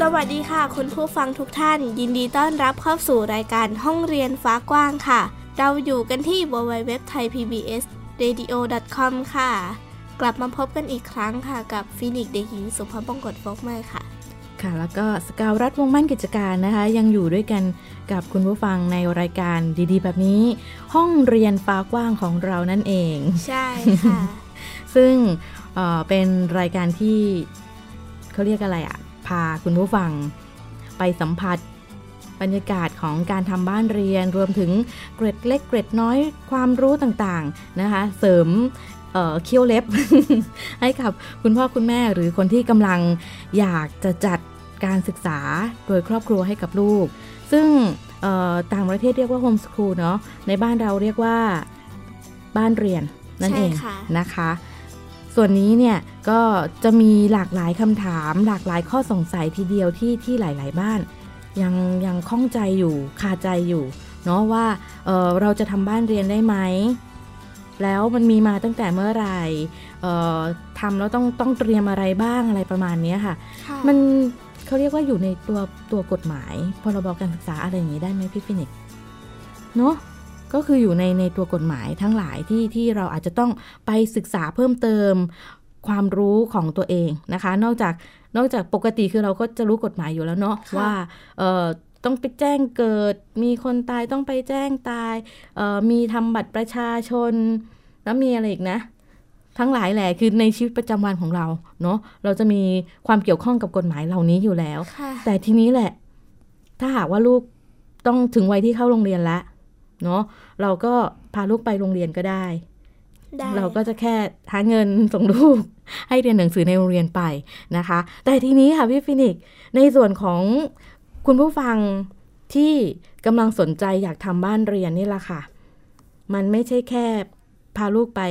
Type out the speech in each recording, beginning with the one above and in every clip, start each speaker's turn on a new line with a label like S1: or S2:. S1: สวัสดีค่ะ คุณผู้ฟังทุกท่าน ยินดีต้อนรับเข้าสู่รายการห้องเรียนฟ้ากว้างค่ะ เราอยู่กันที่ www.thaipbsradio.com ค่ะ กลับมาพบกันอีกครั้งค่ะ กับฟินิกซ์เด็กหญิงสุภาพบงกตฟกเมย์ค่ะ
S2: ค่ะ แล้วก็สกาวรัฐวงศ์มั่นกิจการนะคะ ยังอยู่ด้วยกันกับคุณผู้ฟังในรายการดีๆ แบบนี้ ห้องเรียนฟ้ากว้างของเรานั่นเอง
S1: ใช่ค่ะ
S2: ซึ่งเอ่อเป็นรายการที่เขาเรียกอะไรอะ่ะ พาคุณผู้ฟังไปสัมผัสบรรยากาศของการทำบ้านเรียน รวมถึงเกร็ดเล็กเกร็ดน้อยความรู้ต่างๆนะคะ เสริมเอ่อเคี้ยวเล็บ ให้กับคุณพ่อคุณแม่หรือคนที่กำลังอยากจะจัดการศึกษาโดยครอบครัวให้กับลูก ซึ่งเอ่อต่างประเทศเรียกว่าโฮมสคูลเนาะในบ้านเราเรียกว่าบ้านเรียนนั่นเอง
S1: ใช่ค่ะ
S2: นะคะ ส่วนนี้เนี่ยก็จะมีหลากหลายคำถาม หลากหลายข้อสงสัยทีเดียวที่ที่หลาย ๆ บ้าน ยังยังข้องใจอยู่คาใจอยู่ เนาะว่าเอ่อเราจะทำบ้านเรียนได้ไหม แล้วมันมีมาตั้งแต่เมื่อไหร่เอ่อทำแล้วต้องต้องเตรียมอะไรบ้างอะไรประมาณเนี้ยค่ะ
S1: ค่ะ
S2: มันเขาเรียกว่าอยู่ในตัวตัวกฎหมาย พรบการศึกษาอะไรอย่างนี้ได้ไหมพี่ฟินิกซ์เนาะก็คืออยู่ในในตัวกฎหมายทั้งหลายที่ที่เราอาจจะต้องไปศึกษาเพิ่มเติมความรู้ของตัวเองนะคะ นอกจากนอกจากปกติคือเราก็จะรู้กฎหมายอยู่แล้วเนาะ
S1: ค่ะ
S2: ว่าเอ่อต้องไปแจ้งเกิด มีคนตายต้องไปแจ้งตายเอ่อมีทำบัตรประชาชน แล้วมีอะไรอีกนะ ทั้งหลายแหละคือในชีวิตประจำวันของเราเนาะเราจะมีความเกี่ยวข้องกับกฎหมายเหล่านี้อยู่แล้ว
S1: ค่ะ
S2: แต่ทีนี้แหละ ถ้าหากว่าลูกต้องถึงวัยที่เข้าโรงเรียนแล้วเนาะเราก็พาลูกไปโรงเรียนก็ได้
S1: ได้
S2: เราก็จะแค่หาเงินส่งลูก ให้เรียนหนังสือในโรงเรียนไปนะคะ แต่ทีนี้ค่ะพี่ฟินิกซ์ในส่วนของคุณผู้ฟังที่กำลังสนใจอยากทำบ้านเรียนนี่แหละค่ะ มันไม่ใช่แค่พาลูกไป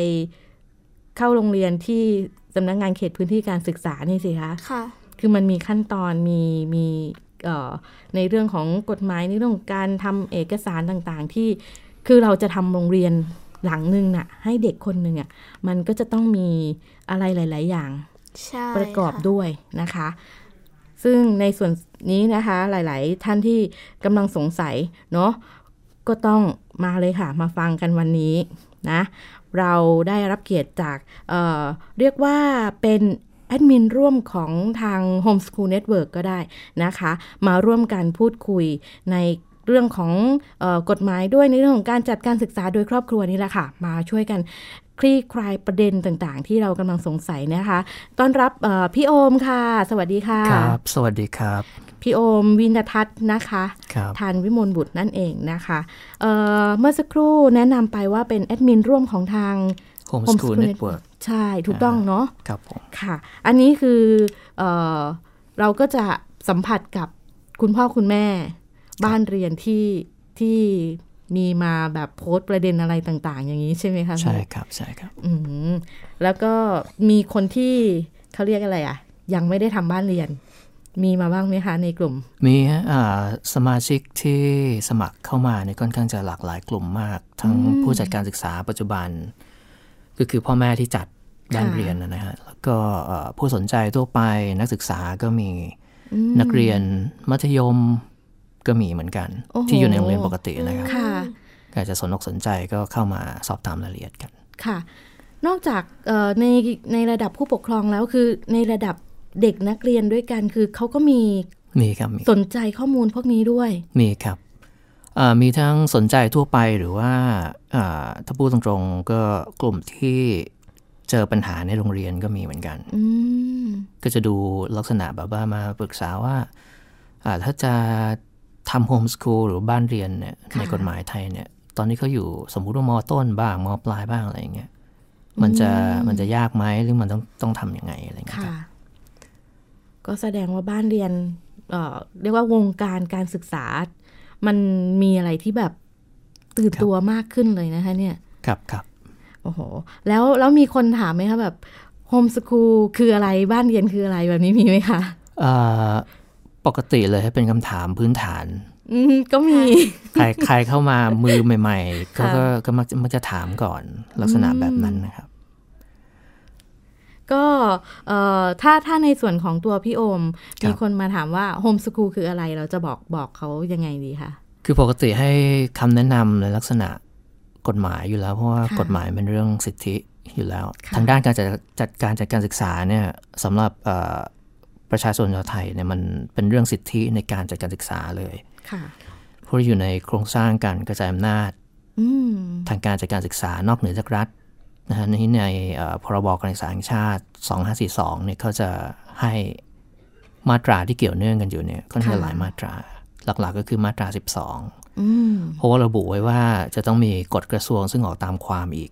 S2: เข้าโรงเรียนที่สำนักงานเขตพื้นที่การศึกษานี่สิคะ
S1: ค่ะ
S2: คือมันมีขั้นตอนมีมีเอ่อในเรื่องของกฎหมายในเรื่องของการทำเอกสารต่างๆ ที่คือเราจะทำโรงเรียนหลังหนึ่งน่ะให้เด็กคนหนึ่งอ่ะมันก็จะต้องมีอะไรหลาย ๆ อย่าง
S1: ใช่
S2: ประกอบ
S1: ค่
S2: ด้วยนะคะ ซึ่งในส่วนนี้นะคะหลาย ๆ ท่านที่กำลังสงสัยเนาะก็ต้องมาเลยค่ะ มาฟังกันวันนี้นะเราได้รับเกียรติจากเอ่อเรียกว่าเป็น แอดมินร่วมของทาง Homeschool Network ก็ได้นะคะ มาร่วมกันพูดคุยในเรื่องของเออกฎหมายด้วยในเรื่องของการจัดการศึกษาโดยครอบครัวนี่แหละค่ะ มาช่วยกันคลี่คลายประเด็นต่างๆ ที่เรากำลังสงสัยนะคะ ต้อนรับเอ่อพี่โอมค่ะ สวัสดีค่ะ
S3: ครับ สวัสดีครับ
S2: พี่โอมวินทัศน์นะคะ
S3: ครับ
S2: ทานวิมลบุตรนั่นเองนะคะเอ่อเมื่อสักครู่แนะนำไปว่าเป็นแอดมินร่วมของทาง
S3: Homeschool
S2: Homeschool
S3: Network
S2: ใช่ถูกต้องเนาะ
S3: ครับผม
S2: ค่ะ อันนี้คือเออเราก็จะสัมผัสกับคุณพ่อคุณแม่ บ้านเรียนที่ที่มีมาแบบโพสต์ประเด็นอะไรต่างๆ อย่างนี้ใช่ไหมคะ
S3: ใช่ครับใช่ครับ
S2: อืมแล้วก็มีคนที่เขาเรียกอะไรอะ่ะ ยังไม่ได้ทำบ้านเรียน มีมาบ้างไหมคะในกลุ่ม
S3: มีฮะอ่าสมาชิกที่สมัครเข้ามาเนี่ยค่อนข้างจะหลากหลายกลุ่มมาก ทั้งผู้จัดการศึกษาปัจจุบัน ก็คือพ่อแม่ที่จัดด้าน
S2: ค่ะ
S3: เรียนนะนะฮะแล้วก็เอ่อผู้สนใจทั่วไปนักศึกษาก็มีนักเรียนมัธยมก็มีเหมือนกัน ที่อยู่ในโรงเรียนปกตินะครับ
S2: ค่ะ
S3: ก็อาจจะสนอกสนใจก็เข้ามาสอบถามรายละเอียดกัน
S2: ค่ะ นอกจากเอ่อในในระดับผู้ปกครองแล้วคือในระดับเด็กนักเรียนด้วยกันคือเขาก็มี
S3: มีครับมี
S2: สนใจข้อมูลพวกนี้ด้วย
S3: มีครับเอ่อมีทั้งสนใจทั่วไปหรือว่าอ่าถ้าพูดตรงๆก็กลุ่มที่เจอปัญหาในโรงเรียนก็มีเหมือนกัน
S2: อืม
S3: ก็จะดูลักษณะแบบว่ามาปรึกษาว่าอ่าถ้าจะทำโฮมสคูลหรือบ้านเรียนเนี่ย
S2: ค่ะ
S3: ในกฎหมายไทยเนี่ย ตอนนี้เขาอยู่สมมุติว่ามอต้นบ้างมอปลายบ้างอะไรอย่างเงี้ย มันจะมันจะยากไหมหรือมันต้องต้องทำยังไงอะไรอย่างเงี้ยค
S2: ค่ะ
S3: รับ
S2: ก็แสดงว่าบ้านเรียนเอ่อเรียกว่าวงการการศึกษา มันมีอะไรที่แบบตื่นตัวมากขึ้นเลยนะคะ เนี่ย
S3: ครับครับ
S2: โอ้โห แล้วแล้วมีคนถามไหมคะแบบโฮมส o ูลคืออะไรบ้านเรียนคืออะไรแบบนี้มีไหมคะ
S3: เอ่อปกติเลยให้เป็นคำถามพื้นฐาน
S2: อืมก็มี
S3: ใครใครเข้ามามือใหม่ๆเขาก็ก็มักจะมักจะถามก่อนลักษณะแบบนั้นนะครับ
S2: ก็เอ่อถ้าถ้าในส่วนของตัวพี่โอม
S3: ครับ
S2: มีคนมาถามว่าโฮมส o ูลคืออะไรเราจะบอกบอกเขายังไงดีคะ
S3: คือปกติให้คำแนะนำในลักษณะกฎหมายอยู่แล้ว เพราะว่า
S2: ค่ะ
S3: กฎหมายเป็นเรื่องสิทธิอยู่แล้ว
S2: ค่ะ
S3: ทางด้านการจัดจัดการจัดการศึกษาเนี่ยสำหรับเอ่อประชาชนชาวไทยเนี่ยมันเป็นเรื่องสิทธิในการจัดการศึกษาเลย
S2: ค่ะ
S3: เพราะอยู่ในโครงสร้างการกระจายอำนาจ
S2: อืม
S3: ทางการจัดการศึกษานอกเหนือจากรัฐนะฮะในในเอ่อพรบการศึกษาแห่งชาติ 2542เนี่ยเขาจะให้มาตราที่เกี่ยวเนื่องกันอยู่เนี่ยค่อนข้าง
S2: ค่ะ
S3: หลายมาตราหลักๆก็คือมาตรา 12
S2: อืม
S3: เพราะว่าระบุไว้ว่าจะต้องมีกฎกระทรวงซึ่งออกตามความอีก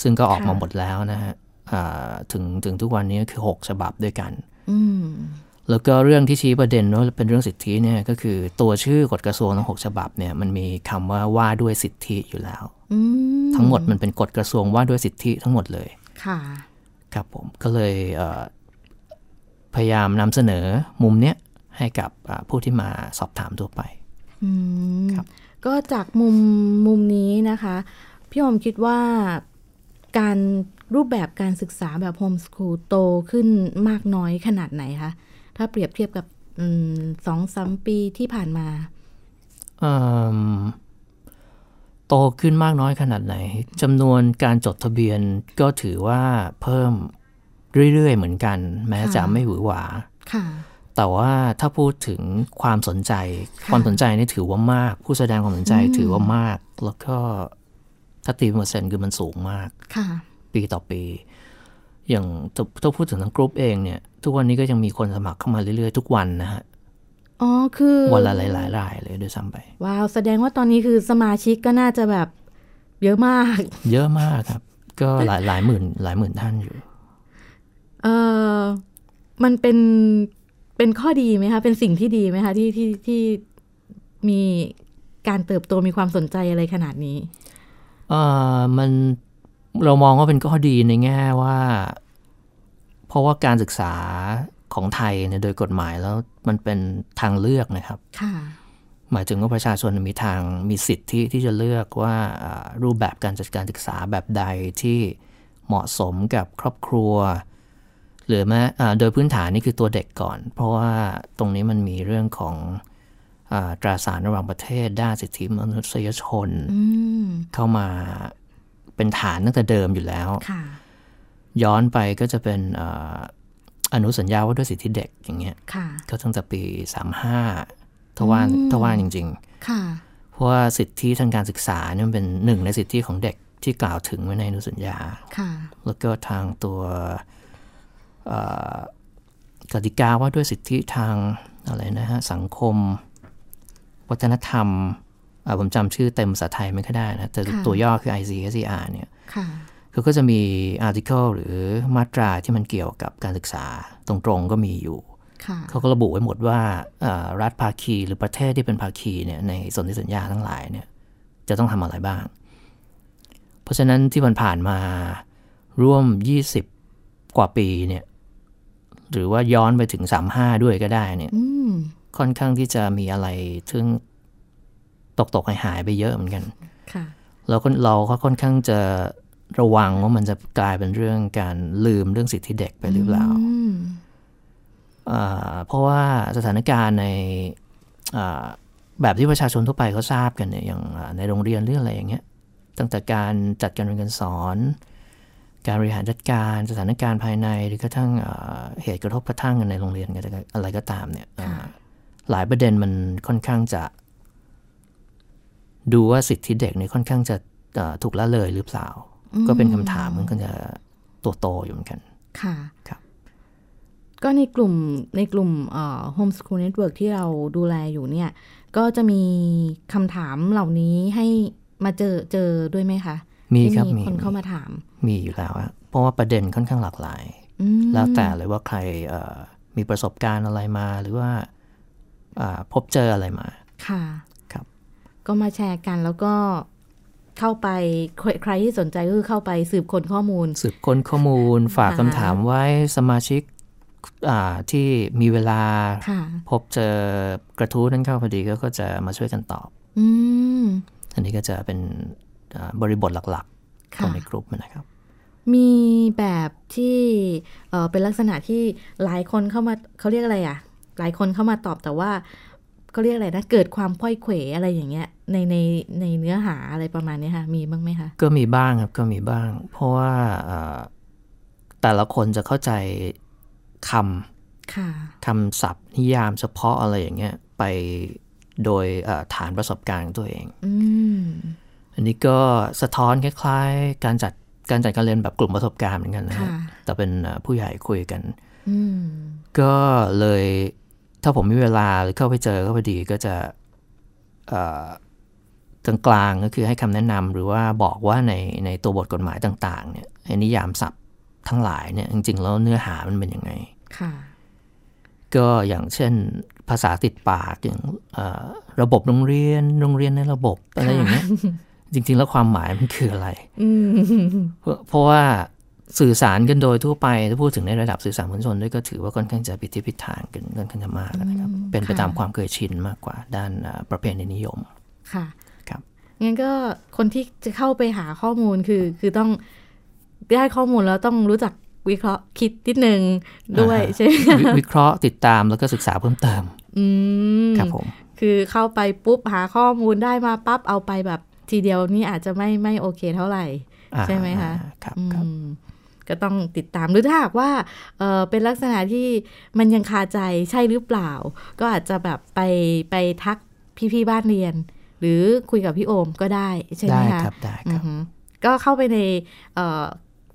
S3: ซึ่งก็ออก
S2: ค่ะ
S3: มาหมดแล้วนะฮะอ่าถึงถึงทุกวันนี้ก็คือ 6 ฉบับด้วยกัน
S2: อืม
S3: แล้วก็เรื่องที่ชี้ประเด็นว่าเป็นเรื่องสิทธิเนี่ยก็คือตัวชื่อกฎกระทรวงทั้งหกฉบับเนี่ยมันมีคำว่าว่าด้วยสิทธิอยู่แล้ว
S2: อืม
S3: ทั้งหมดมันเป็นกฎกระทรวงว่าด้วยสิทธิทั้งหมดเลย
S2: ค่ะ
S3: ครับผมก็เลยเอ่อพยายามนำเสนอมุมเนี้ยให้กับอ่าผู้ที่มาสอบถามทั่วไป
S2: อืม
S3: ครับ
S2: ก็จากมุมมุมนี้นะคะ พี่อมคิดว่าการรูปแบบการศึกษาแบบโฮมส o ูลโตขึ้นมากน้อยขนาดไหนคะ ถ้าเปรียบเทียบกับอืมสองสามปีที่ผ่านมา
S3: เอิ่มโตขึ้นมากน้อยขนาดไหนจำนวนการจดทะเบียนก็ถือว่าเพิ่มเรื่อยๆเหมือนกัน แม้จะ
S2: ค่ะ
S3: ไม่หวือหวา
S2: ค่ะ
S3: แต่ว่าถ้าพูดถึงความสนใจ
S2: ค่ะ
S3: ความสนใจนี่ถือว่ามาก ผู้แสดงความสนใจ
S2: อืม
S3: ถือว่ามาก แล้วก็ถ้าตีเป็นเปอร์เซ็นต์คือมันสูงมาก
S2: ค่ะ
S3: ปีต่อปี อย่างถ้าถ้าพูดถึงทางกรุ๊ปเองเนี่ย ทุกวันนี้ก็ยังมีคนสมัครเข้ามาเรื่อยๆ ทุกวันนะฮะ
S2: อ๋อ คือ
S3: วันละหลายๆรายเลยด้วยซ้ำไป
S2: ว้าว แสดงว่าตอนนี้คือสมาชิกก็น่าจะแบบเยอะมาก
S3: เยอะมากครับ ก็หลายหลายหมื่นหลายหมื่นท่านอยู่
S2: เออมันเป็นเป็นข้อดีไหมคะ เป็นสิ่งที่ดีไหมคะ ที่ที่ที่มีการเติบโตมีความสนใจอะไรขนาดนี้
S3: เอ่อมันเรามองว่าเป็นข้อดีในแง่ว่า เพราะว่าการศึกษาของไทยเนี่ยโดยกฎหมายแล้วมันเป็นทางเลือกนะครับ
S2: ค่ะ
S3: หมายถึงว่าประชาชนมีทางมีสิทธิที่จะเลือกว่าอ่ารูปแบบการจัดการศึกษาแบบใดที่เหมาะสมกับครอบครัว หรือแม้อ่าโดยพื้นฐานนี่คือตัวเด็กก่อน เพราะว่าตรงนี้มันมีเรื่องของอาตราสารระหว่างประเทศ ด้านสิทธิมนุษยชน
S2: อืม
S3: เข้ามาเป็นฐานตั้งแต่เดิมอยู่แล้ว
S2: ค่ะ
S3: ย้อนไปก็จะเป็นเอ่ออนุสัญญาว่าด้วยสิทธิเด็กอย่างเงี้ย
S2: ค่ะ
S3: ก็ตั้งแต่ปี 35ทว่าทว่าจริง
S2: ค่ะ
S3: ๆ เพราะว่าสิทธิทางการศึกษาเนี่ยมันเป็นหนึ่งในสิทธิของเด็กที่กล่าวถึงไว้ในอนุสัญญา
S2: ค่ะ
S3: แล้วก็ทางตัวเอ่อกติกาว่าด้วยสิทธิทางอะไรนะฮะสังคม วัฒนธรรมอ่ะผมจำชื่อเต็มภาษาไทยไม่ค่อยได้นะ แต่
S2: ค่ะ
S3: ตัวย่อคือ ICSER เนี่ย
S2: ค่ะ
S3: เขาก็จะมี article หรือมาตราที่มันเกี่ยวกับการศึกษาตรงๆก็มีอยู่
S2: ค่ะ
S3: เขาก็ระบุไว้หมดว่าเอ่อรัฐภาคีหรือประเทศที่เป็นภาคีเนี่ยในสนธิสัญญาทั้งหลายเนี่ยจะต้องทำอะไรบ้าง เพราะฉะนั้นที่ผ่านๆมาร่วม 20 กว่าปีเนี่ยหรือว่าย้อนไปถึง 35 ด้วยก็ได้เนี่ย
S2: อืม
S3: ค่อนข้างที่จะมีอะไรทึ่งตกตกๆหายๆไปเยอะเหมือนกัน
S2: ค่ะ
S3: เราก็เราก็ค่อนข้างจะระวังว่ามันจะกลายเป็นเรื่องการลืมเรื่องสิทธิเด็กไปหรือเปล่า
S2: อืม
S3: อ่าเพราะว่าสถานการณ์ในอ่าแบบที่ประชาชนทั่วไปเขาทราบกันเนี่ยอย่างอ่าในโรงเรียนเรื่องอะไรอย่างเงี้ยตั้งแต่การจัดการเรียนการสอน การบริหารจัดการสถานการณ์ภายในหรือกระทั่งอ่าเหตุกระทบกระทั่งกันในโรงเรียนกันอะไรก็ตามเนี่ยอ่า
S2: ค่ะ
S3: หลายประเด็นมันค่อนข้างจะ ดูว่าสิทธิเด็กเนี่ยค่อนข้างจะเอ่อถูกละเลยหรือเปล่า ก็เป็นคำถามมันก็จะตัวโตอยู่เหมือนกัน
S2: ค่ะ
S3: ครับ
S2: ก็ในกลุ่มในกลุ่มเอ่อ homeschool network ที่เราดูแลอยู่เนี่ย ก็จะมีคำถามเหล่านี้ให้มาเจอเจอด้วยไหมคะ
S3: มี
S2: ที่
S3: ครับ
S2: มี
S3: มี
S2: คนเข้ามาถาม
S3: มีอยู่แล้วอะเพราะว่าประเด็นค่อนข้างหลากหลาย
S2: อืม
S3: แล้วแต่เลยว่าใครเอ่อมีประสบการณ์อะไรมาหรือว่าอ่าพบเจออะไรมา
S2: ค่ะ
S3: ครับ
S2: ก็มาแชร์กันแล้วก็เข้าไปใครใครที่สนใจก็คือเข้าไปสืบค้นข้อมูล
S3: สืบค้นข้อมูลฝาก
S2: อ่า
S3: คำถามไว้สมาชิกอ่าที่มีเวลา
S2: ค่ะ
S3: พบเจอกระทู้นั้นเข้าพอดีก็ก็จะมาช่วยกันตอบ
S2: อืม
S3: อันนี้ก็จะเป็นอ่าบริบทหลักๆขอ
S2: ค่ะ
S3: งในกลุ่มนะครับ
S2: มีแบบที่เอ่อเป็นลักษณะที่หลายคนเข้ามาเขาเรียกอะไรอ่ะ หลายคนเข้ามาตอบแต่ว่าเขาเรียกอะไรนะ เกิดความค่อยเขวอะไรอย่างเงี้ย ในในในเนื้อหาอะไรประมาณเนี้ยค่ะ มีบ้างไหมคะ
S3: ก็มีบ้างครับก็มีบ้าง เพราะว่าอ่าแต่ละคนจะเข้าใจคำ
S2: ค่ะ
S3: คำศัพท์นิยามเฉพาะอะไรอย่างเงี้ยไปโดยเอ่อฐานประสบการณ์ของตัวเอง
S2: อืม
S3: อันนี้ก็สะท้อนคล้ายๆ การจัดการจัดการเรียนแบบกลุ่มประสบการณ์เหมือนกันนะฮะ
S2: ค่ะ
S3: แต่เป็นเอ่อผู้ใหญ่คุยกัน
S2: อืม
S3: ก็เลยถ้าผมมีเวลาหรือเข้าไปเจอก็พอดีก็จะเอ่อกลางๆก็คือให้คำแนะนำหรือว่าบอกว่าในในตัวบทกฎหมายต่างๆเนี่ยไอ้นิยามศัพท์ทั้งหลายเนี่ยจริงๆแล้วเนื้อหามันเป็นยังไง
S2: ค่ะ
S3: ก็อย่างเช่นภาษาติดปากอย่างเอ่อระบบโรงเรียนโรงเรียนในระบบอะไรอย่าง เงี้ยจริง ๆ แล้วความหมายมันคืออะไร
S2: อืม
S3: เพราะเพราะว่าสื่อสารกันโดยทั่วไปถ้าพูดถึงในระดับสื่อสารมวลชนด้วยก็ถือว่าค่อนข้างจะพิถีพิถันกันค่อนข้างจะมากนะครับ
S2: อืม
S3: เป็นไป
S2: ค่ะ
S3: ตามความเคยชินมากกว่าด้านเอ่อประเพณีนิยม
S2: ค่ะ
S3: ครับ
S2: งั้นก็คนที่จะเข้าไปหาข้อมูลคือ คือต้องได้ข้อมูลแล้วต้องรู้จักวิเคราะห์คิดนิดนึงด้วยใช่ไหม
S3: ววิเคราะห์ติดตามแล้วก็ศึกษาเพิ่มเติม
S2: อืม
S3: ครับผม
S2: คือเข้าไปปุ๊บหาข้อมูลได้มาปั๊บเอาไปแบบทีเดียวนี่อาจจะไม่ไม่โอเคเท่าไหร่
S3: อ่า
S2: ใช่ไหมคะ
S3: ครับ
S2: อืม
S3: ครับ
S2: ก็ต้องติดตามหรือถ้าหากว่าเอ่อเป็นลักษณะที่มันยังคาใจใช่หรือเปล่า ก็อาจจะแบบไปไปทักพี่ๆบ้านเรียน หรือคุยกับพี่โอมก็ได้ใช่ไหม
S3: ได้
S2: คะ
S3: ครับได้
S2: อือ
S3: ครับ
S2: ฮึก็เข้าไปในเอ่อ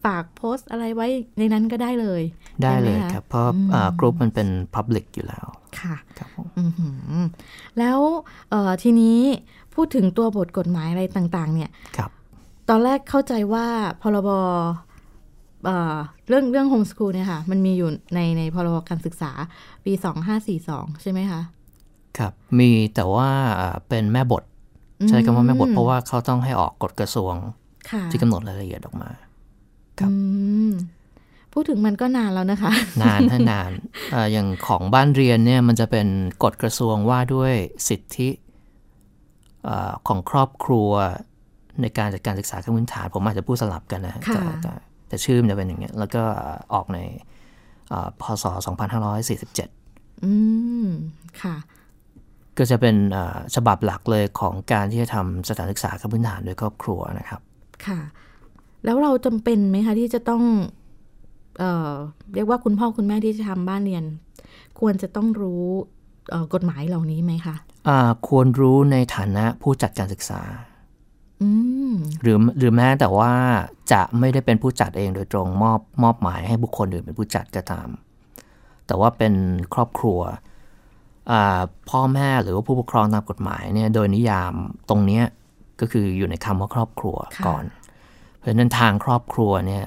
S2: ฝากโพสต์อะไรไว้ในนั้นก็ได้เลย
S3: ได้เลย
S2: ใช่ไหมคะ
S3: ครับ เพราะ
S2: อืม
S3: อ่ากลุ่มมันเป็น Public อยู่แล้ว
S2: ค่ะ
S3: ครับผม
S2: อือหือแล้วเอ่อทีนี้พูดถึงตัวบทกฎหมายอะไรต่างๆ เนี่ย
S3: ครับ
S2: ตอนแรกเข้าใจว่าพรบเอ่อเรื่องเรื่องโฮมสคูลเนี่ยค่ะ มันมีอยู่ในในพรบการศึกษาปี 2542 ใช่ไหมคะ
S3: ครับมีแต่ว่าอ่าเป็นแม่บท
S2: อืม
S3: ใช้คำว่าแม่บทเพราะว่าเขาต้องให้ออกกฎกระทรวง
S2: ค่ะ
S3: ที่กำหนดรายละเอียดออกมา ครับ
S2: อืมพูดถึงมันก็นานแล้วนะคะ
S3: นาน ถ้านานเอ่ออย่างของบ้านเรียนเนี่ยมันจะเป็นกฎกระทรวงว่าด้วยสิทธิเอ่อของครอบครัวในการจัดการศึกษาขั้นพื้นฐาน ผมอาจจะพูดสลับกันนะฮะ
S2: ค่ะ
S3: แต่แต่แต่ชื่อมันจะเป็นอย่างเงี้ยแล้วก็เอ่อออกในเอ่อพศ 2547
S2: อืมค่ะ
S3: ก็จะเป็นเอ่อฉบับหลักเลยของการที่จะทำสถานศึกษาขั้นพื้นฐานโดยครอบครัวนะครับ
S2: ค่ะ แล้วเราจำเป็นไหมคะที่จะต้อง เอ่อ เรียกว่าคุณพ่อคุณแม่ที่จะทำบ้านเรียน ควรจะต้องรู้เอ่อกฎหมายเหล่านี้ไหมคะ
S3: อ่าควรรู้ในฐานะผู้จัดการศึกษา
S2: อืม
S3: หรือหรือแม้แต่ว่าจะไม่ได้เป็นผู้จัดเองโดยตรงมอบมอบหมายให้บุคคลอื่นเป็นผู้จัดก็ตาม แต่ว่าเป็นครอบครัวอ่าพ่อแม่หรือว่าผู้ปกครองตามกฎหมายเนี่ยโดยนิยามตรงเนี้ยก็คืออยู่ในคำว่าครอบครัว
S2: ค่ะ
S3: ก่อน เพราะฉะนั้นทางครอบครัวเนี่ย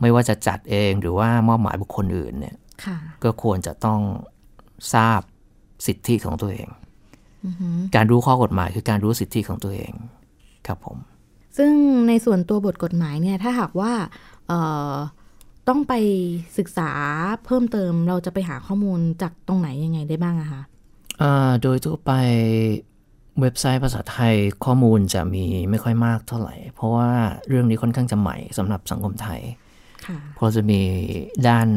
S3: ไม่ว่าจะจัดเองหรือว่ามอบหมายบุคคลอื่นเนี่ย
S2: ค่ะ
S3: ก็ควรจะต้องทราบสิทธิของตัวเอง การรู้ข้อกฎหมายคือการรู้สิทธิของตัวเองครับผม
S2: ซึ่งในส่วนตัวบทกฎหมายเนี่ยถ้าหากว่าเอ่อต้องไปศึกษาเพิ่มเติมเราจะไปหาข้อมูลจากตรงไหนยังไงได้บ้างอะคะ
S3: อ่าโดยทั่วไปเว็บไซต์ภาษาไทยข้อมูลจะมีไม่ค่อยมากเท่าไหร่ เพราะว่าเรื่องนี้ค่อนข้างจะใหม่สำหรับสังคมไทย
S2: ค่ะ
S3: เพราะจะมีด้าน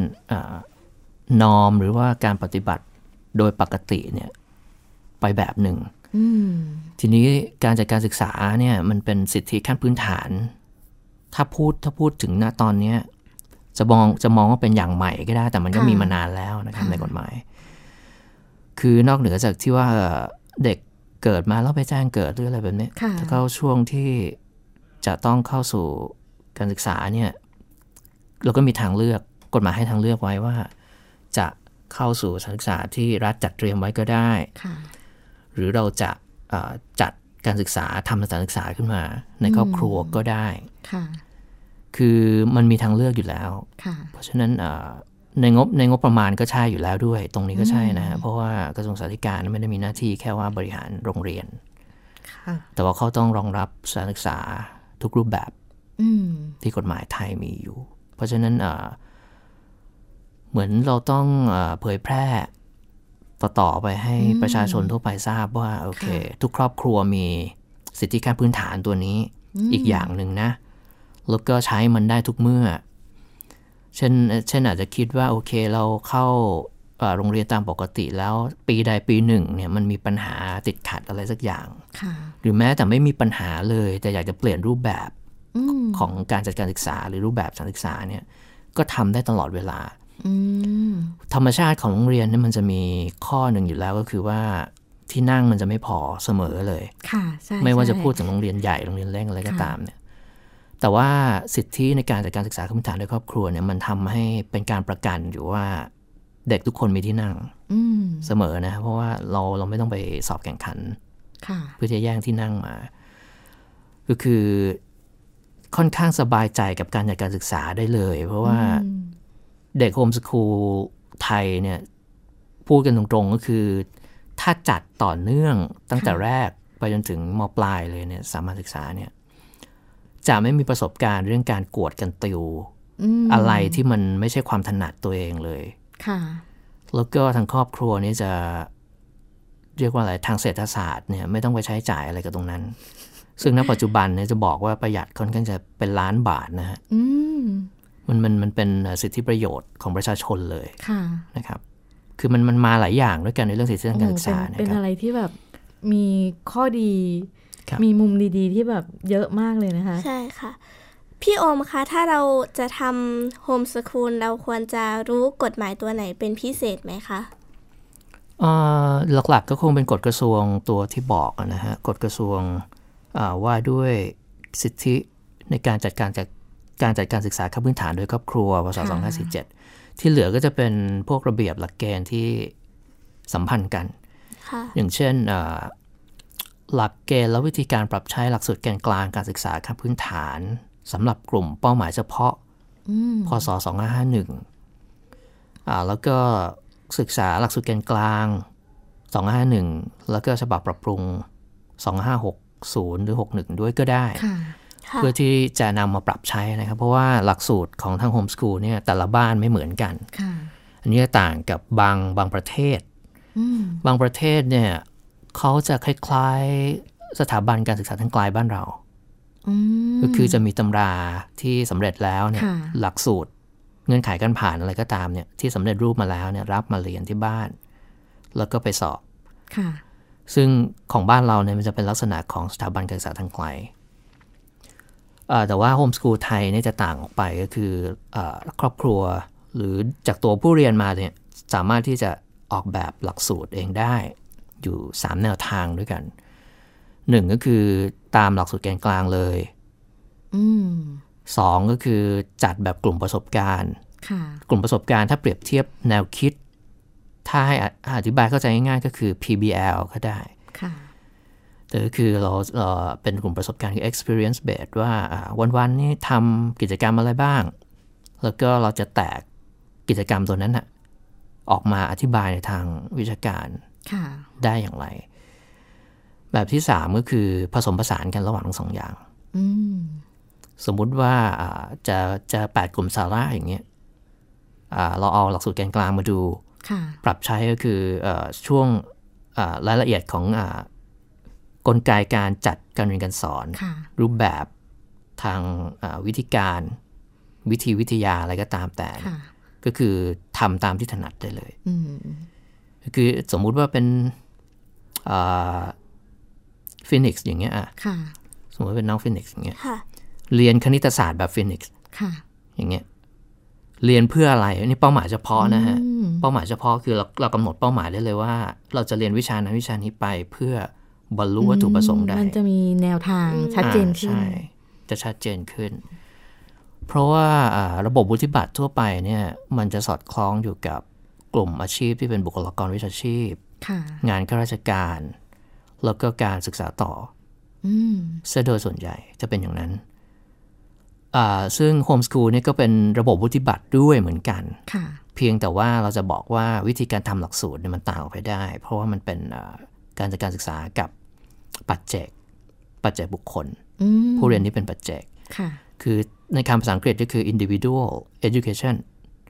S3: นอมหรือว่าการปฏิบัติโดยปกติเนี่ยไปแบบหนึ่ง
S2: อืม
S3: ทีนี้การจัดการศึกษาเนี่ยมันเป็นสิทธิขั้นพื้นฐาน ถ้าพูดถ้าพูดถึงณตอนเนี้ยจะมองจะมองว่าเป็นอย่างใหม่ก็ได้ แต่มันก็
S2: ค่ะ
S3: มีมานานแล้วนะครับ
S2: ค่ะ
S3: ในกฎหมาย คือนอกเหนือจากที่ว่าเอ่อเด็กเกิดมาแล้วไปแจ้งเกิดหรืออะไรแบบเนี้ย
S2: ค่ะ
S3: ถ้าเข้าช่วงที่จะต้องเข้าสู่การศึกษาเนี่ยเราก็มีทางเลือกกฎหมายให้ทางเลือกไว้ว่า จะเข้าสู่สถานศึกษาที่รัฐจัดเตรียมไว้ก็ได้
S2: ค่ะ
S3: หรือเราจะเอ่อจัด การศึกษาทำสถานศึกษาขึ้นมา ในครอบครัวก็ได้
S2: ค่ะ
S3: คือมันมีทางเลือกอยู่แล้ว
S2: ค่ะ
S3: เพราะฉะนั้นเอ่อในงบในงบประมาณก็ใช่อยู่แล้วด้วย ตรงนี้ก็ใช่นะฮะเพราะว่ากระทรวงสาธารณสุขการไม่ได้มีหน้าที่แค่ว่าบริหารโรงเรียน
S2: ค่ะ
S3: แต่ว่าเขาต้องรองรับสถานศึกษาทุกรูปแบบ
S2: อืม
S3: ที่กฎหมายไทยมีอยู่ เพราะฉะนั้นเอ่อเหมือนเราต้องเอ่อเผยแพร่ต่อๆไปให้ประชาชนทั่วไปทราบว่าโอเค ทุกครอบครัวมีสิทธิการพื้นฐานตัวนี้อีกอย่างหนึ่งนะ แล้วก็ใช้มันได้ทุกเมื่อ เช่นเช่นอาจจะคิดว่าโอเคเราเข้าเอ่อโรงเรียนตามปกติแล้วปีใดปีหนึ่งเนี่ยมันมีปัญหาติดขัดอะไรสักอย่าง
S2: ค่ะ
S3: หรือแม้แต่ไม่มีปัญหาเลย แต่อยากจะเปลี่ยนรูปแบบ
S2: อืม
S3: ของการจัดการศึกษา หรือรูปแบบการศึกษาเนี่ยก็ทำได้ตลอดเวลา
S2: อืม
S3: ธรรมชาติของโรงเรียนเนี่ยมันจะมีข้อหนึ่งอยู่แล้วก็คือว่าที่นั่งมันจะไม่พอเสมอเลย
S2: ค่ะ ใช่
S3: ไม่ว่า
S2: ใช่
S3: จะพูดถึงโรงเรียนใหญ่โรงเรียนเล็กอะไรก็ตามเนี่ยแต่ว่าสิทธิในการจัดการศึกษาขั้นพื้นฐานโดยครอบครัวเนี่ยมันทำให้เป็นการประกันอยู่ว่าเด็กทุกคนมีที่นั่ง
S2: อืม
S3: เสมอนะเพราะว่าเราเราไม่ต้องไปสอบแข่งขัน
S2: ค่ะ
S3: เพื่อจะแย่งที่นั่งมา ก็คือค่อนข้างสบายใจกับการจัดการศึกษาได้เลย เพราะว่าเด็กโฮมสคูลไทยเนี่ย พูดกันตรงๆก็คือ ถ้าจัดต่อเนื่องตั้งแต่แรกไปจนถึงมปลายเลยเนี่ยสามัญศึกษาเนี่ย จะไม่มีประสบการณ์เรื่องการกวดกันติว
S2: อืม
S3: อะไรที่มันไม่ใช่ความถนัดตัวเองเลย
S2: ค่ะ
S3: แล้วก็ทางครอบครัวเนี่ยจะเรียกว่าอะไรทางเศรษฐศาสตร์เนี่ยไม่ต้องไปใช้จ่ายอะไรกับตรงนั้น ซึ่งณปัจจุบันเนี่ยจะบอกว่าประหยัดค่อนข้างจะเป็นล้านบาทนะฮะ
S2: อืม
S3: มันมันมันเป็นสิทธิประโยชน์ของประชาชนเลย
S2: ค่ะ
S3: นะครับ คือมันมันมาหลายอย่างด้วยกันในเรื่องสิทธิทางการ
S2: โอ้โห
S3: ศึกษา
S2: เป็น
S3: นะ
S2: เป็น
S3: ครับ
S2: อะไรที่แบบมีข้อดี
S3: ครับ
S2: มีมุมดีๆ ที่แบบเยอะมากเลยนะคะ
S1: ใช่ค่ะ พี่โอมคะถ้าเราจะทำโฮมส o ูลเราควรจะรู้กฎหมายตัวไหนเป็นพิเศษไหมคะ
S3: เอ่อหลักๆก็คงเป็นกฎกระทรวงตัวที่บอกอะนะฮะกฎกระทรวงอ่าว่าด้วยสิทธิในการจัดการจากการจัดการศึกษาขั้นพื้นฐานโดยครอบครัวพศ
S2: ค่ะ
S3: 2547 ที่เหลือก็จะเป็นพวกระเบียบหลักเกณฑ์ที่สัมพันธ์กัน
S1: ค่ะ
S3: อย่างเช่นเอ่อหลักเกณฑ์และวิธีการปรับใช้หลักสูตรแกนกลางการศึกษาขั้นพื้นฐานสำหรับกลุ่มเป้าหมายเฉพาะ
S2: อืม
S3: พศ2551อ่าแล้วก็ศึกษาหลักสูตรแกนกลาง 251 แล้วก็ฉบับปรับปรุง 2560 หรือ 61 ด้วยก็ได้
S2: ค่ะ
S1: ค่ะ
S3: เพื่อที่จะนำมาปรับใช้นะครับ เพราะว่าหลักสูตรของทางโฮมสกูลเนี่ยแต่ละบ้านไม่เหมือนกัน
S2: ค่ะ
S3: อันนี้ต่างกับบางบางประเทศ
S2: อืม
S3: บางประเทศเนี่ยเขาจะคล้ายๆสถาบันการศึกษาทางไกลบ้านเรา
S2: อืม
S3: ก็คือจะมีตำราที่สำเร็จแล้วเนี่ย
S2: ค่ะ
S3: หลักสูตรเงื่อนไขการผ่านอะไรก็ตามเนี่ยที่สำเร็จรูปมาแล้วเนี่ยรับมาเรียนที่บ้าน แล้วก็ไปสอบ
S2: ค่ะ
S3: ซึ่งของบ้านเราเนี่ยมันจะเป็นลักษณะของสถาบันการศึกษาทางไกลเอ่อแต่ว่าโฮมสกูลไทยเนี่ยจะต่างออกไปก็คือเออครอบครัวหรือจากตัวผู้เรียนมาเนี่ยสามารถที่จะออกแบบหลักสูตรเองได้อยู่ 3 แนวทางด้วยกัน 1 ก็คือตามหลักสูตรแกนกลางเลย
S2: อืม
S3: สองก็คือจัดแบบกลุ่มประสบการณ์
S2: ค่ะ
S3: กลุ่มประสบการณ์ถ้าเปรียบเทียบแนวคิด ถ้าให้ออธิบายเข้าใจง่ายๆก็คือ PBL ก็ได้
S2: ค่ะ
S3: แต่ก็คือเราเอ่อเป็นกลุ่มประสบการณ์คือ experience based ว่าอ่าวันๆนี้ทำกิจกรรมอะไรบ้าง แล้วก็เราจะแตกกิจกรรมตัวนั้นอะออกมาอธิบายในทางวิชาการ
S2: ค่ะ
S3: ได้อย่างไร แบบที่สามก็คือผสมผสานกันระหว่างทั้งสองอย่าง
S2: อืม
S3: สมมุติว่าอ่าจะจะแปดกลุ่มสาระอย่างเงี้ยอ่าเราเอาหลักสูตรแกนกลางมาดู
S2: ค่ะ
S3: ปรับใช้ก็คือเอ่อช่วงอ่ารายละเอียดของอ่ากลไกการจัดการเรียนการสอน
S2: ค่ะ
S3: รูปแบบทางอ่าวิธีการวิธีวิทยาอะไรก็ตามแต่
S2: ค่ะ
S3: ก็คือทำตามที่ถนัดได้เลย
S2: อืม
S3: คือสมมุติว่าเป็นฟินิกซ์อย่างเงี้ยอ่ะ
S2: ค่ะ
S3: สมมติเป็นน้องฟินิกซ์อย่างเงี้ย
S1: ค่ะ
S3: เรียนคณิตศาสตร์แบบฟินิกซ์
S2: ค่ะ
S3: อย่างเงี้ยเรียนเพื่ออะไรอันนี่เป้าหมายเฉพาะนะฮะ
S2: อืม
S3: เป้าหมายเฉพาะคือเราเรากำหนดเป้าหมายได้เลยว่า เราจะเรียนวิชานั้นวิชานี้ไปเพื่อบรรลุวัตถุประสงค์ใด
S2: มันจะมีแนวทางชัดเจน
S3: อ่า
S2: ขึ้น
S3: ใช่จะชัดเจนขึ้น เพราะว่าอ่าระบบวุฒิบัตรทั่วไปเนี่ยมันจะสอดคล้องอยู่กับกลุ่มอาชีพที่เป็นบุคลากรวิชาชีพ
S2: ค่ะ
S3: งานข้าราชการ แล้วก็การศึกษาต่อ
S2: อืม
S3: เสียโดยส่วนใหญ่จะเป็นอย่างนั้นอ่าซึ่งโฮมส o ูลเนี่ยก็เป็นระบบวุฒิบัตรด้วยเหมือนกัน
S2: ค่ะ
S3: เพียงแต่ว่าเราจะบอกว่าวิธีการทำหลักสูตรเนี่ยมันต่างออกไปได้ เพราะว่ามันเป็นอ่าการจัดการศึกษากับปัจเจก ปัจเจกบุคคล
S2: อืม
S3: ผู้เรียนที่เป็นปัจเจก
S2: ค่ะ
S3: คือในคำภาษาอังกฤษก็คือ individual education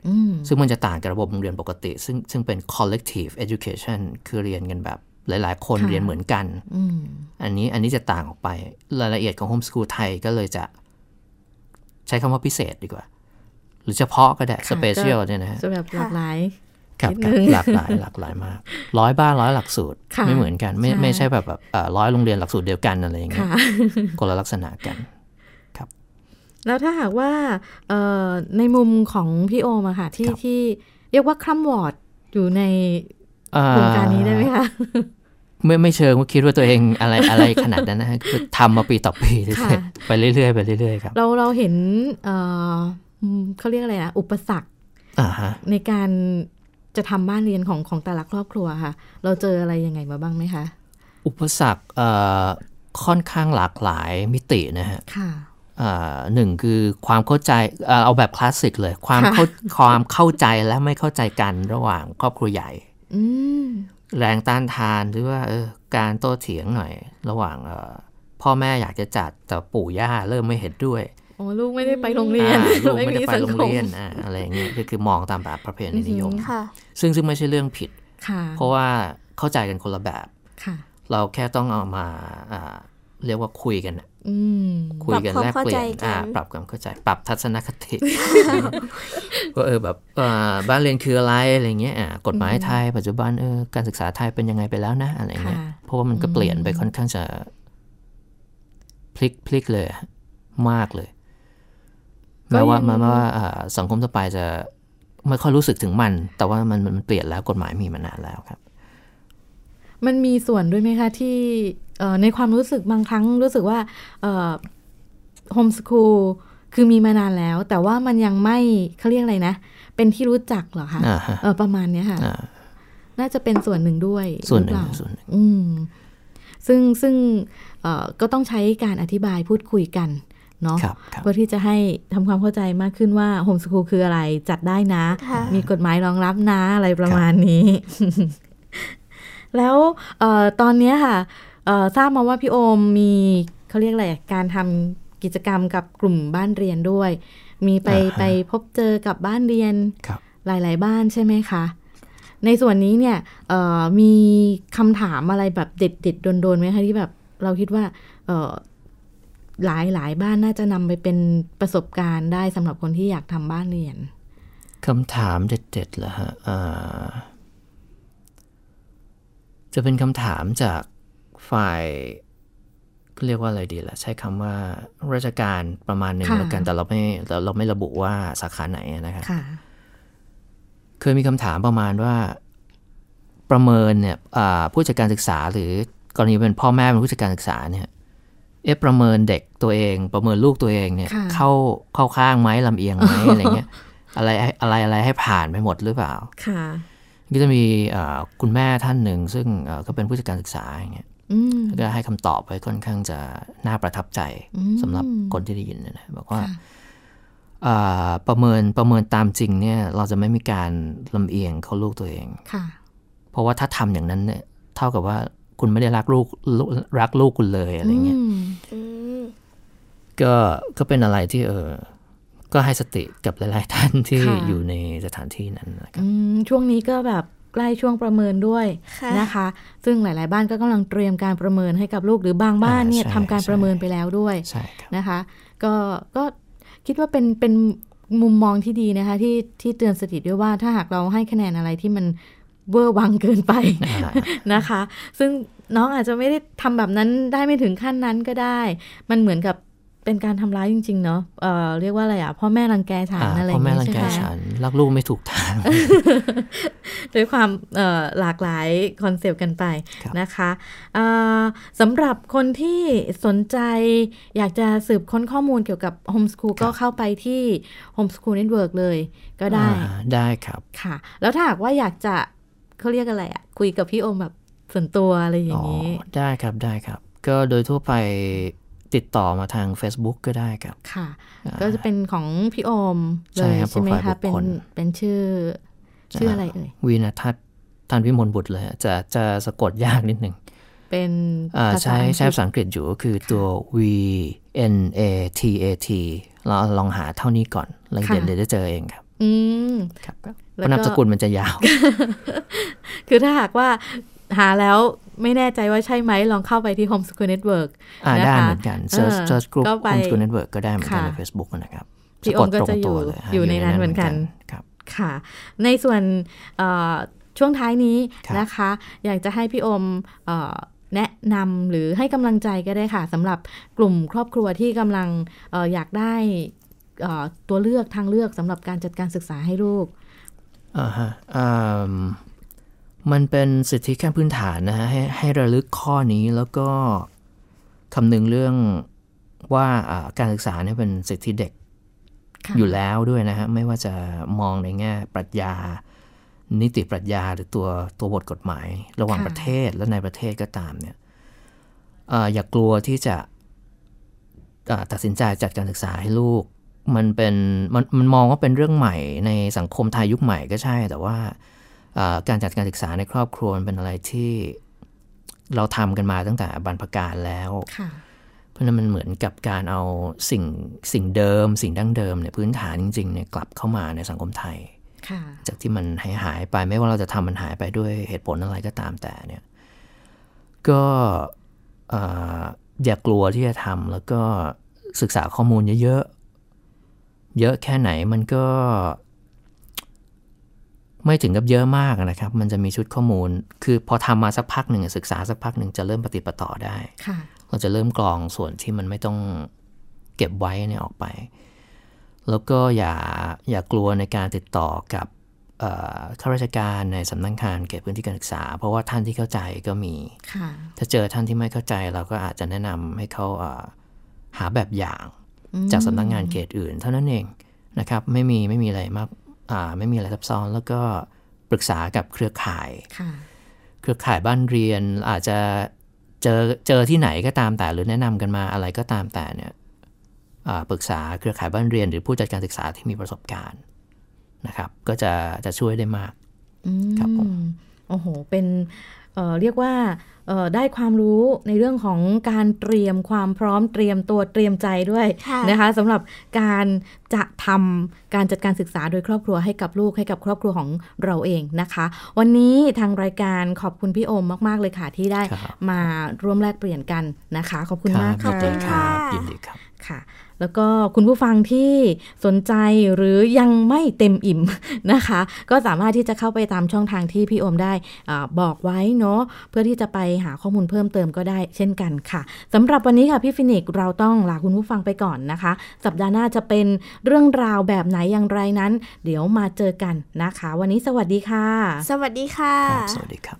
S2: อืม
S3: ซึ่งมันจะต่างกับระบบโรงเรียนปกติ ซึ่งซึ่งเป็น collective education คือเรียนกันแบบหลาย ๆ คน
S2: ค่ะ
S3: เรียนเหมือนกัน
S2: อืม
S3: อันนี้อันนี้จะต่างออกไป รายละเอียดของโฮมส o ูลไทยก็เลยจะใช้คำว่าพิเศษดีกว่า หรือเฉพาะก็ได้
S2: ค่ะ
S3: special เนี่ยนะฮะ
S2: สำหรับหลากหลาย
S3: ครับ
S2: นิดนึง
S3: หลากหลายหลากหลายมาก ร้อยบ้านร้อยหลักสูตร
S2: ค่ะ
S3: ไม่เหมือนกัน ไม่
S2: ใช่
S3: ไม่ใช่แบบแบบเอ่อร้อยโรงเรียนหลักสูตรเดียวกันอะไรอย่างเงี้ย
S2: ค่ะ
S3: คนละลักษณะกัน
S2: แล้วถ้าหากว่าเอ่อในมุมของพี่โอมอะค่ะที่
S3: ครับ
S2: ที่เรียกว่าคร่ำวอร์ดอยู่ใน
S3: อ่
S2: โครงการนี้ได้ไหมคะ
S3: ไม่ไม่เชิงว่าคิดว่าตัวเองอะไรอะไรขนาดนั้นนะฮะคือทำมาปีต่อปีเรื่อย
S2: ค่ะ
S3: ๆไปเรื่อยๆไปเรื่อยๆครับ
S2: เราเราเห็นเอ่ออืมเขาเรียกอะไรนะอุปสรรค
S3: อ่าฮะ
S2: ในการจะทำบ้านเรียนของของแต่ละครอบครัวค่ะ เราเจออะไรยังไงมาบ้างไหมคะ
S3: อุปสรรคเอ่อค่อนข้างหลากหลายมิตินะฮะ
S2: ค่ะ
S3: อ่าหนึ่งคือความเข้าใจเอ่อเอาแบบคลาสสิกเลย ความ
S2: ค่ะ
S3: เข้าความเข้าใจและไม่เข้าใจกันระหว่างครอบครัวใหญ่
S2: อืม
S3: แรงต้านทานหรือว่าเออการโต้เถียงหน่อย ระหว่างเอ่อพ่อแม่อยากจะจัดแต่ปู่ย่าเริ่มไม่เห็นด้วย
S2: โอ้ลูกไม่ได้ไปโรงเรียน
S3: อ่าลูกไม่ได้ไป
S2: สั
S3: โรง
S2: ค
S3: เรียนอ่าอะไรอย่างเงี้ยก็คือมองตามแบบประเพณีนิยม
S1: ค่ะ
S3: ซึ่งซึ่งไม่ใช่เรื่องผิด
S2: ค่ะ
S3: เพราะว่าเข้าใจกันคนละแบบ
S2: ค่ะ
S3: เราแค่ต้องเอามาอ่าเรียกว่าคุยกันน่ะ
S2: อืม
S3: คุยกัน
S1: ป
S3: แล
S1: รั
S3: ก
S1: บความ
S3: เปลี่ยน
S1: เข้าใจกัน
S3: อ่าปรับความเข้าใจ ปรับทัศนคติ ว่าเออแบบอ่าบ้านเรียนคืออะไรอะไรเงี้ยอ่ากฎหมายไทย ปัจจุบันเออการศึกษาไทยเป็นยังไงไปแล้วนะอะไรเงี้ย
S2: ค่ะ
S3: เพราะว่ามันก็เปลี่ยนไปค่อนข้างจะพลิกพลิกเลยอะมากเลยแม้ว่าแม้ว่าอ่าสังคมทั่วไปจะไม่ค่อยรู้สึกถึงมัน แต่ว่ามันมันเปลี่ยนแล้วกฎหมายมีมานานแล้วครับ
S2: มันมีส่วนด้วยไหมคะ ที่เอ่อในความรู้สึกบางครั้งรู้สึกว่าโฮมสคูลคือมีมานานแล้ว แต่ว่ามันยังไม่เขาเรียกอะไรนะ เป็นที่รู้จักเหรอคะ
S3: อ่าฮะ
S2: เออประมาณเนี้ยค่ะ
S3: อ่า
S2: น่าจะเป็นส่วนหนึ่งด้วย
S3: ส่วนหนึ่ง
S2: รือเปล่า
S3: ส่วนหนึ่ง
S2: อืม ซึ่งซึ่งเอ่อก็ต้องใช้การอธิบายพูดคุยกันเนาะ
S3: ครับครับ
S2: เพื่อที่จะให้ทำความเข้าใจมากขึ้นว่าโฮมส o ูลคืออะไรจัดได้นะ
S1: ค่ะ
S2: มีกฎหมายรองรับนะอะไรประมาณนี้ แล้วเออตอนเนี้ยค่ะเอ่อทราบมาว่าพี่โอมมีเขาเรียกอะไรอะการทำกิจกรรมกับกลุ่มบ้านเรียนด้วย มีไป
S3: อ่าฮะ
S2: ไปพบเจอกับบ้านเรียน
S3: ครับ
S2: หลาย ๆ บ้านใช่ไหมคะ ในส่วนนี้เนี่ยเอ่อมีคำถามอะไรแบบเด็ด ๆ โดน ๆ ไหมคะที่แบบเราคิดว่าเอ่อหลายหลายบ้านน่าจะนำไปเป็นประสบการณ์ได้สำหรับคนที่อยากทำบ้านเรียน
S3: คำถามเด็ดๆเหรอฮะอ่าจะเป็นคำถามจากฝ่าย เรียกว่าอะไรดีล่ะ ใช้คำว่าราชการประมาณหนึ่ง
S2: ค่ะ
S3: แล้วกันแต่เราไม่เราเราไม่ระบุว่าสาขาไหนนะครับ
S2: ค่ะ
S3: เคยมีคำถามประมาณว่า ประเมินเนี่ยอ่าผู้จัดการศึกษา หรือกรณีเป็นพ่อแม่เป็นผู้จัดการศึกษาเนี่ยเอ๊ะประเมินเด็กตัวเอง ประเมินลูกตัวเองเนี่ย
S2: ค่ะ
S3: เข้าเข้าข้างไหมลำเอียง ไหมอะไรเงี้ย อะไรอะไรอะไรให้ผ่านไปหมดหรือเปล่า
S2: ค่ะ
S3: ก็จะมีเอ่อคุณแม่ท่านหนึ่ง ซึ่งเอ่อก็เป็นผู้จัดการศึกษาอย่างเงี้ย
S2: อืม
S3: ก็ให้คำตอบไว้ค่อนข้างจะน่าประทับใจ
S2: อืม
S3: สำหรับคนที่ได้ยินนะนะบอกว่าเอ่อประเมินประเมินตามจริงเนี่ยเราจะไม่มีการลำเอียงเขาลูกตัวเอง
S2: ค่ะ
S3: เพราะว่าถ้าทำอย่างนั้นเนี่ยเท่ากับว่าคุณไม่ได้รักลูกลูกรักลูกคุณเลยอะไรเงี้ย
S2: อืม
S1: อืม
S3: ก็ก็เป็นอะไรที่เออก็ให้สติกับหลาย ๆ ท่านที่
S2: ค่ะ
S3: อยู่ในสถานที่นั้นนะครับ
S2: อืมช่วงนี้ก็แบบใกล้ช่วงประเมินด้วย
S1: ค่ะ
S2: นะคะ ซึ่งหลาย ๆ บ้านก็กำลังเตรียมการประเมินให้กับลูกหรือบางบ้าน
S3: อ่า
S2: เนี่ย
S3: ใช่
S2: ทำการ
S3: ใช่
S2: ประเมินไปแล้วด้วย
S3: ใช่ครับ
S2: นะคะก็ก็คิดว่าเป็นเป็นมุมมองที่ดีนะคะที่ที่เตือนสติด้วยว่าถ้าหากเราให้คะแนนอะไรที่มันเวอร์วังเกินไป นะคะ ซึ่งน้องอาจจะไม่ได้ทำแบบนั้นได้ไม่ถึงขั้นนั้นก็ได้ มันเหมือนกับเป็นการทำร้ายจริง ๆ เนาะเอ่อเรียกว่าอะไรอ่ะพ่อแม่รังแกฉัน
S3: อ่า
S2: อะไรอ
S3: พ่อย่าง แม่
S2: เงี้ย
S3: รั
S2: ใช่ไหม
S3: งแกฉันรักลูกไม่ถูกทาง
S2: ด้วยความเอ่อหลากหลายคอนเซปต์กันไป
S3: ครับ
S2: นะคะเอ่อสำหรับคนที่สนใจอยากจะสืบค้นข้อมูลเกี่ยวกับโฮมส o ูลก็เข้าไปที่ Homeschool Network เลยก็ได้
S3: อ่าได้ครับ
S2: ค่ะ แล้วถ้าหากว่าอยากจะเขาเรียกอะไรอะคุยกับพี่โอมแบบส่วนตัวอะไรอย่างนี้
S3: อ๋อ ได้ครับได้ครับ ก็โดยทั่วไปติดต่อมาทาง Facebook ก็ได้ครับ
S2: ค่ะ
S3: อ่า
S2: ก็จะเป็นของพี่โอมเล
S3: ใช่
S2: ย
S3: ครับ
S2: ใช่ไหม
S3: โปรไฟล์
S2: คะ
S3: บุ
S2: เป็
S3: คน คล
S2: เป็นชื่อ ชื่ออะไรเอ่ย
S3: วีนทัศน์ท่านพิมลบุตรเลยฮะจะจะสะกดยากนิดหนึ่ง
S2: เป็น
S3: อ่า
S2: ภาษา
S3: ใช้
S2: อังกฤษ
S3: ใช้ภาษาอังกฤษอยู่ก็คือตัว V N A T A T เราลองหาเท่านี้ก่อนแล้วเดี๋ยวเดี๋ยวจะเจอเองครับ
S2: อืม
S3: ครับเพ
S2: แล้วก็
S3: ราะนามสกุลมันจะยาว
S2: คือถ้าหากว่าหาแล้วไม่แน่ใจว่าใช่ไหมลองเข้าไปที่ Home School Network
S3: อ่า
S2: นะคะ
S3: ได้เหมือนกัน search
S2: เออ
S3: search group
S2: ก็ไป
S3: home school network ก็ได้เหมือนกัน
S2: ค่ะ
S3: ใน Facebook นะครับ
S2: พี่โอมก็จะอยู่
S3: เลยฮะ
S2: อยู่ในนั้นเหมือนกัน
S3: ครับ
S2: ค่ะ ในส่วนเอ่อช่วงท้ายนี้
S3: ครับ
S2: นะคะ อยากจะให้พี่โอมเอ่อแนะนำหรือให้กำลังใจก็ได้ค่ะสำหรับกลุ่มครอบครัวที่กำลังเอออยากได้เอ่อตัวเลือกทางเลือกสำหรับการจัดการศึกษาให้ลูก
S3: อ่าฮะอืมมันเป็นสิทธิขั้นพื้นฐานนะฮะให้ให้ระลึกข้อนี้แล้วก็คำนึงเรื่องว่าอ่าการศึกษาเนี่ยเป็นสิทธิเด็ก
S2: ค่ะ
S3: อยู่แล้วด้วยนะฮะไม่ว่าจะมองในแง่ปรัชญา นิติปรัชญาหรือตัวตัวบทกฎหมาย ระหว่าง
S2: ค่ะ
S3: ประเทศและในประเทศก็ตามเนี่ยเอออย่ากลัวที่จะ อ่าตัดสินใจจัดการศึกษาให้ลูก มันเป็นมันมันมองว่าเป็นเรื่องใหม่ในสังคมไทยยุคใหม่ก็ใช่ แต่ว่าอ่าการจัดการศึกษาในครอบครัวมันเป็นอะไรที่เราทำกันมาตั้งแต่บรรพกาลแล้ว
S2: ค่ะ
S3: เพราะฉะนั้นมันเหมือนกับการเอาสิ่งสิ่งเดิม สิ่งดั้งเดิมเนี่ยพื้นฐานจริงๆเนี่ยกลับเข้ามาในสังคมไทย
S2: ค่ะ
S3: จากที่มันหายหายๆไปไม่ว่าเราจะทำมันหายไปด้วยเหตุผลอะไรก็ตามแต่เนี่ยก็เอ่ออย่ากลัวที่จะทำแล้วก็ศึกษาข้อมูลเยอะๆ เยอะแค่ไหนมันก็ ไม่ถึงกับเยอะมากนะครับ มันจะมีชุดข้อมูล คือพอทำมาสักพักหนึ่งอะศึกษาสักพักหนึ่งจะเริ่มปฏิดปะต่อได้
S2: ค่ะ
S3: เราจะเริ่มกรองส่วนที่มันไม่ต้องเก็บไว้เนี่ยออกไป แล้วก็อย่าอย่ากลัวในการติดต่อกับเอ่อข้าราชการในสำนักงานเขตพื้นที่การศึกษา เพราะว่าท่านที่เข้าใจก็มี
S2: ค่ะ
S3: ถ้าเจอท่านที่ไม่เข้าใจเราก็อาจจะแนะนำให้เขาเอ่อหาแบบอย่างจากสำนักงานเขตอื่น เท่านั้นเองนะครับไม่มีไม่มีอะไรมากอ่าไม่มีอะไรซับซ้อน แล้วก็ปรึกษากับเครือข่าย
S2: ค่ะ
S3: เครือข่ายบ้านเรียนอาจจะเจอเจอที่ไหนก็ตามแต่หรือแนะนำกันมาอะไรก็ตามแต่เนี่ยอ่าปรึกษาเครือข่ายบ้านเรียน หรือผู้จัดการศึกษาที่มีประสบการณ์นะครับ ก็จะจะช่วยได้มาก ครับผม
S2: อืมโอ้โห เป็นเอ่อเรียกว่าเอ่อได้ความรู้ในเรื่องของการเตรียมความพร้อมเตรียมตัวเตรียมใจด้วย
S1: ค่ะ
S2: นะคะสำหรับการจะทำการจัดการศึกษาโดยครอบครัวให้กับลูกให้กับครอบครัวของเราเองนะคะ วันนี้ทางรายการขอบคุณพี่โอมมาก ๆ เลยค่ะที่ได้
S3: ครับ
S2: มาร่วมแลกเปลี่ยนกันนะคะ ขอบคุณมาก
S3: ยิ
S2: ค่ะ
S3: นดีครับ
S1: ค่ะ
S3: ยินดีครับ
S2: ค่ะ แล้วก็คุณผู้ฟังที่สนใจหรือยังไม่เต็มอิ่ม นะคะ ก็สามารถที่จะเข้าไปตามช่องทางที่พี่โอมได้อาบอกไว้เนาะเพื่อที่จะไปหาข้อมูลเพิ่มเติมก็ได้เช่นกันค่ะสำหรับวันนี้ค่ะพี่ฟินิกซ์เราต้องลาคุณผู้ฟังไปก่อนนะคะ สัปดาห์หน้าจะเป็นเรื่องราวแบบไหนอย่างไรนั้น เดี๋ยวมาเจอกันนะคะ วันนี้สวัสดีค่ะ
S1: สวัสดีค่ะ
S3: สวัสดีครับ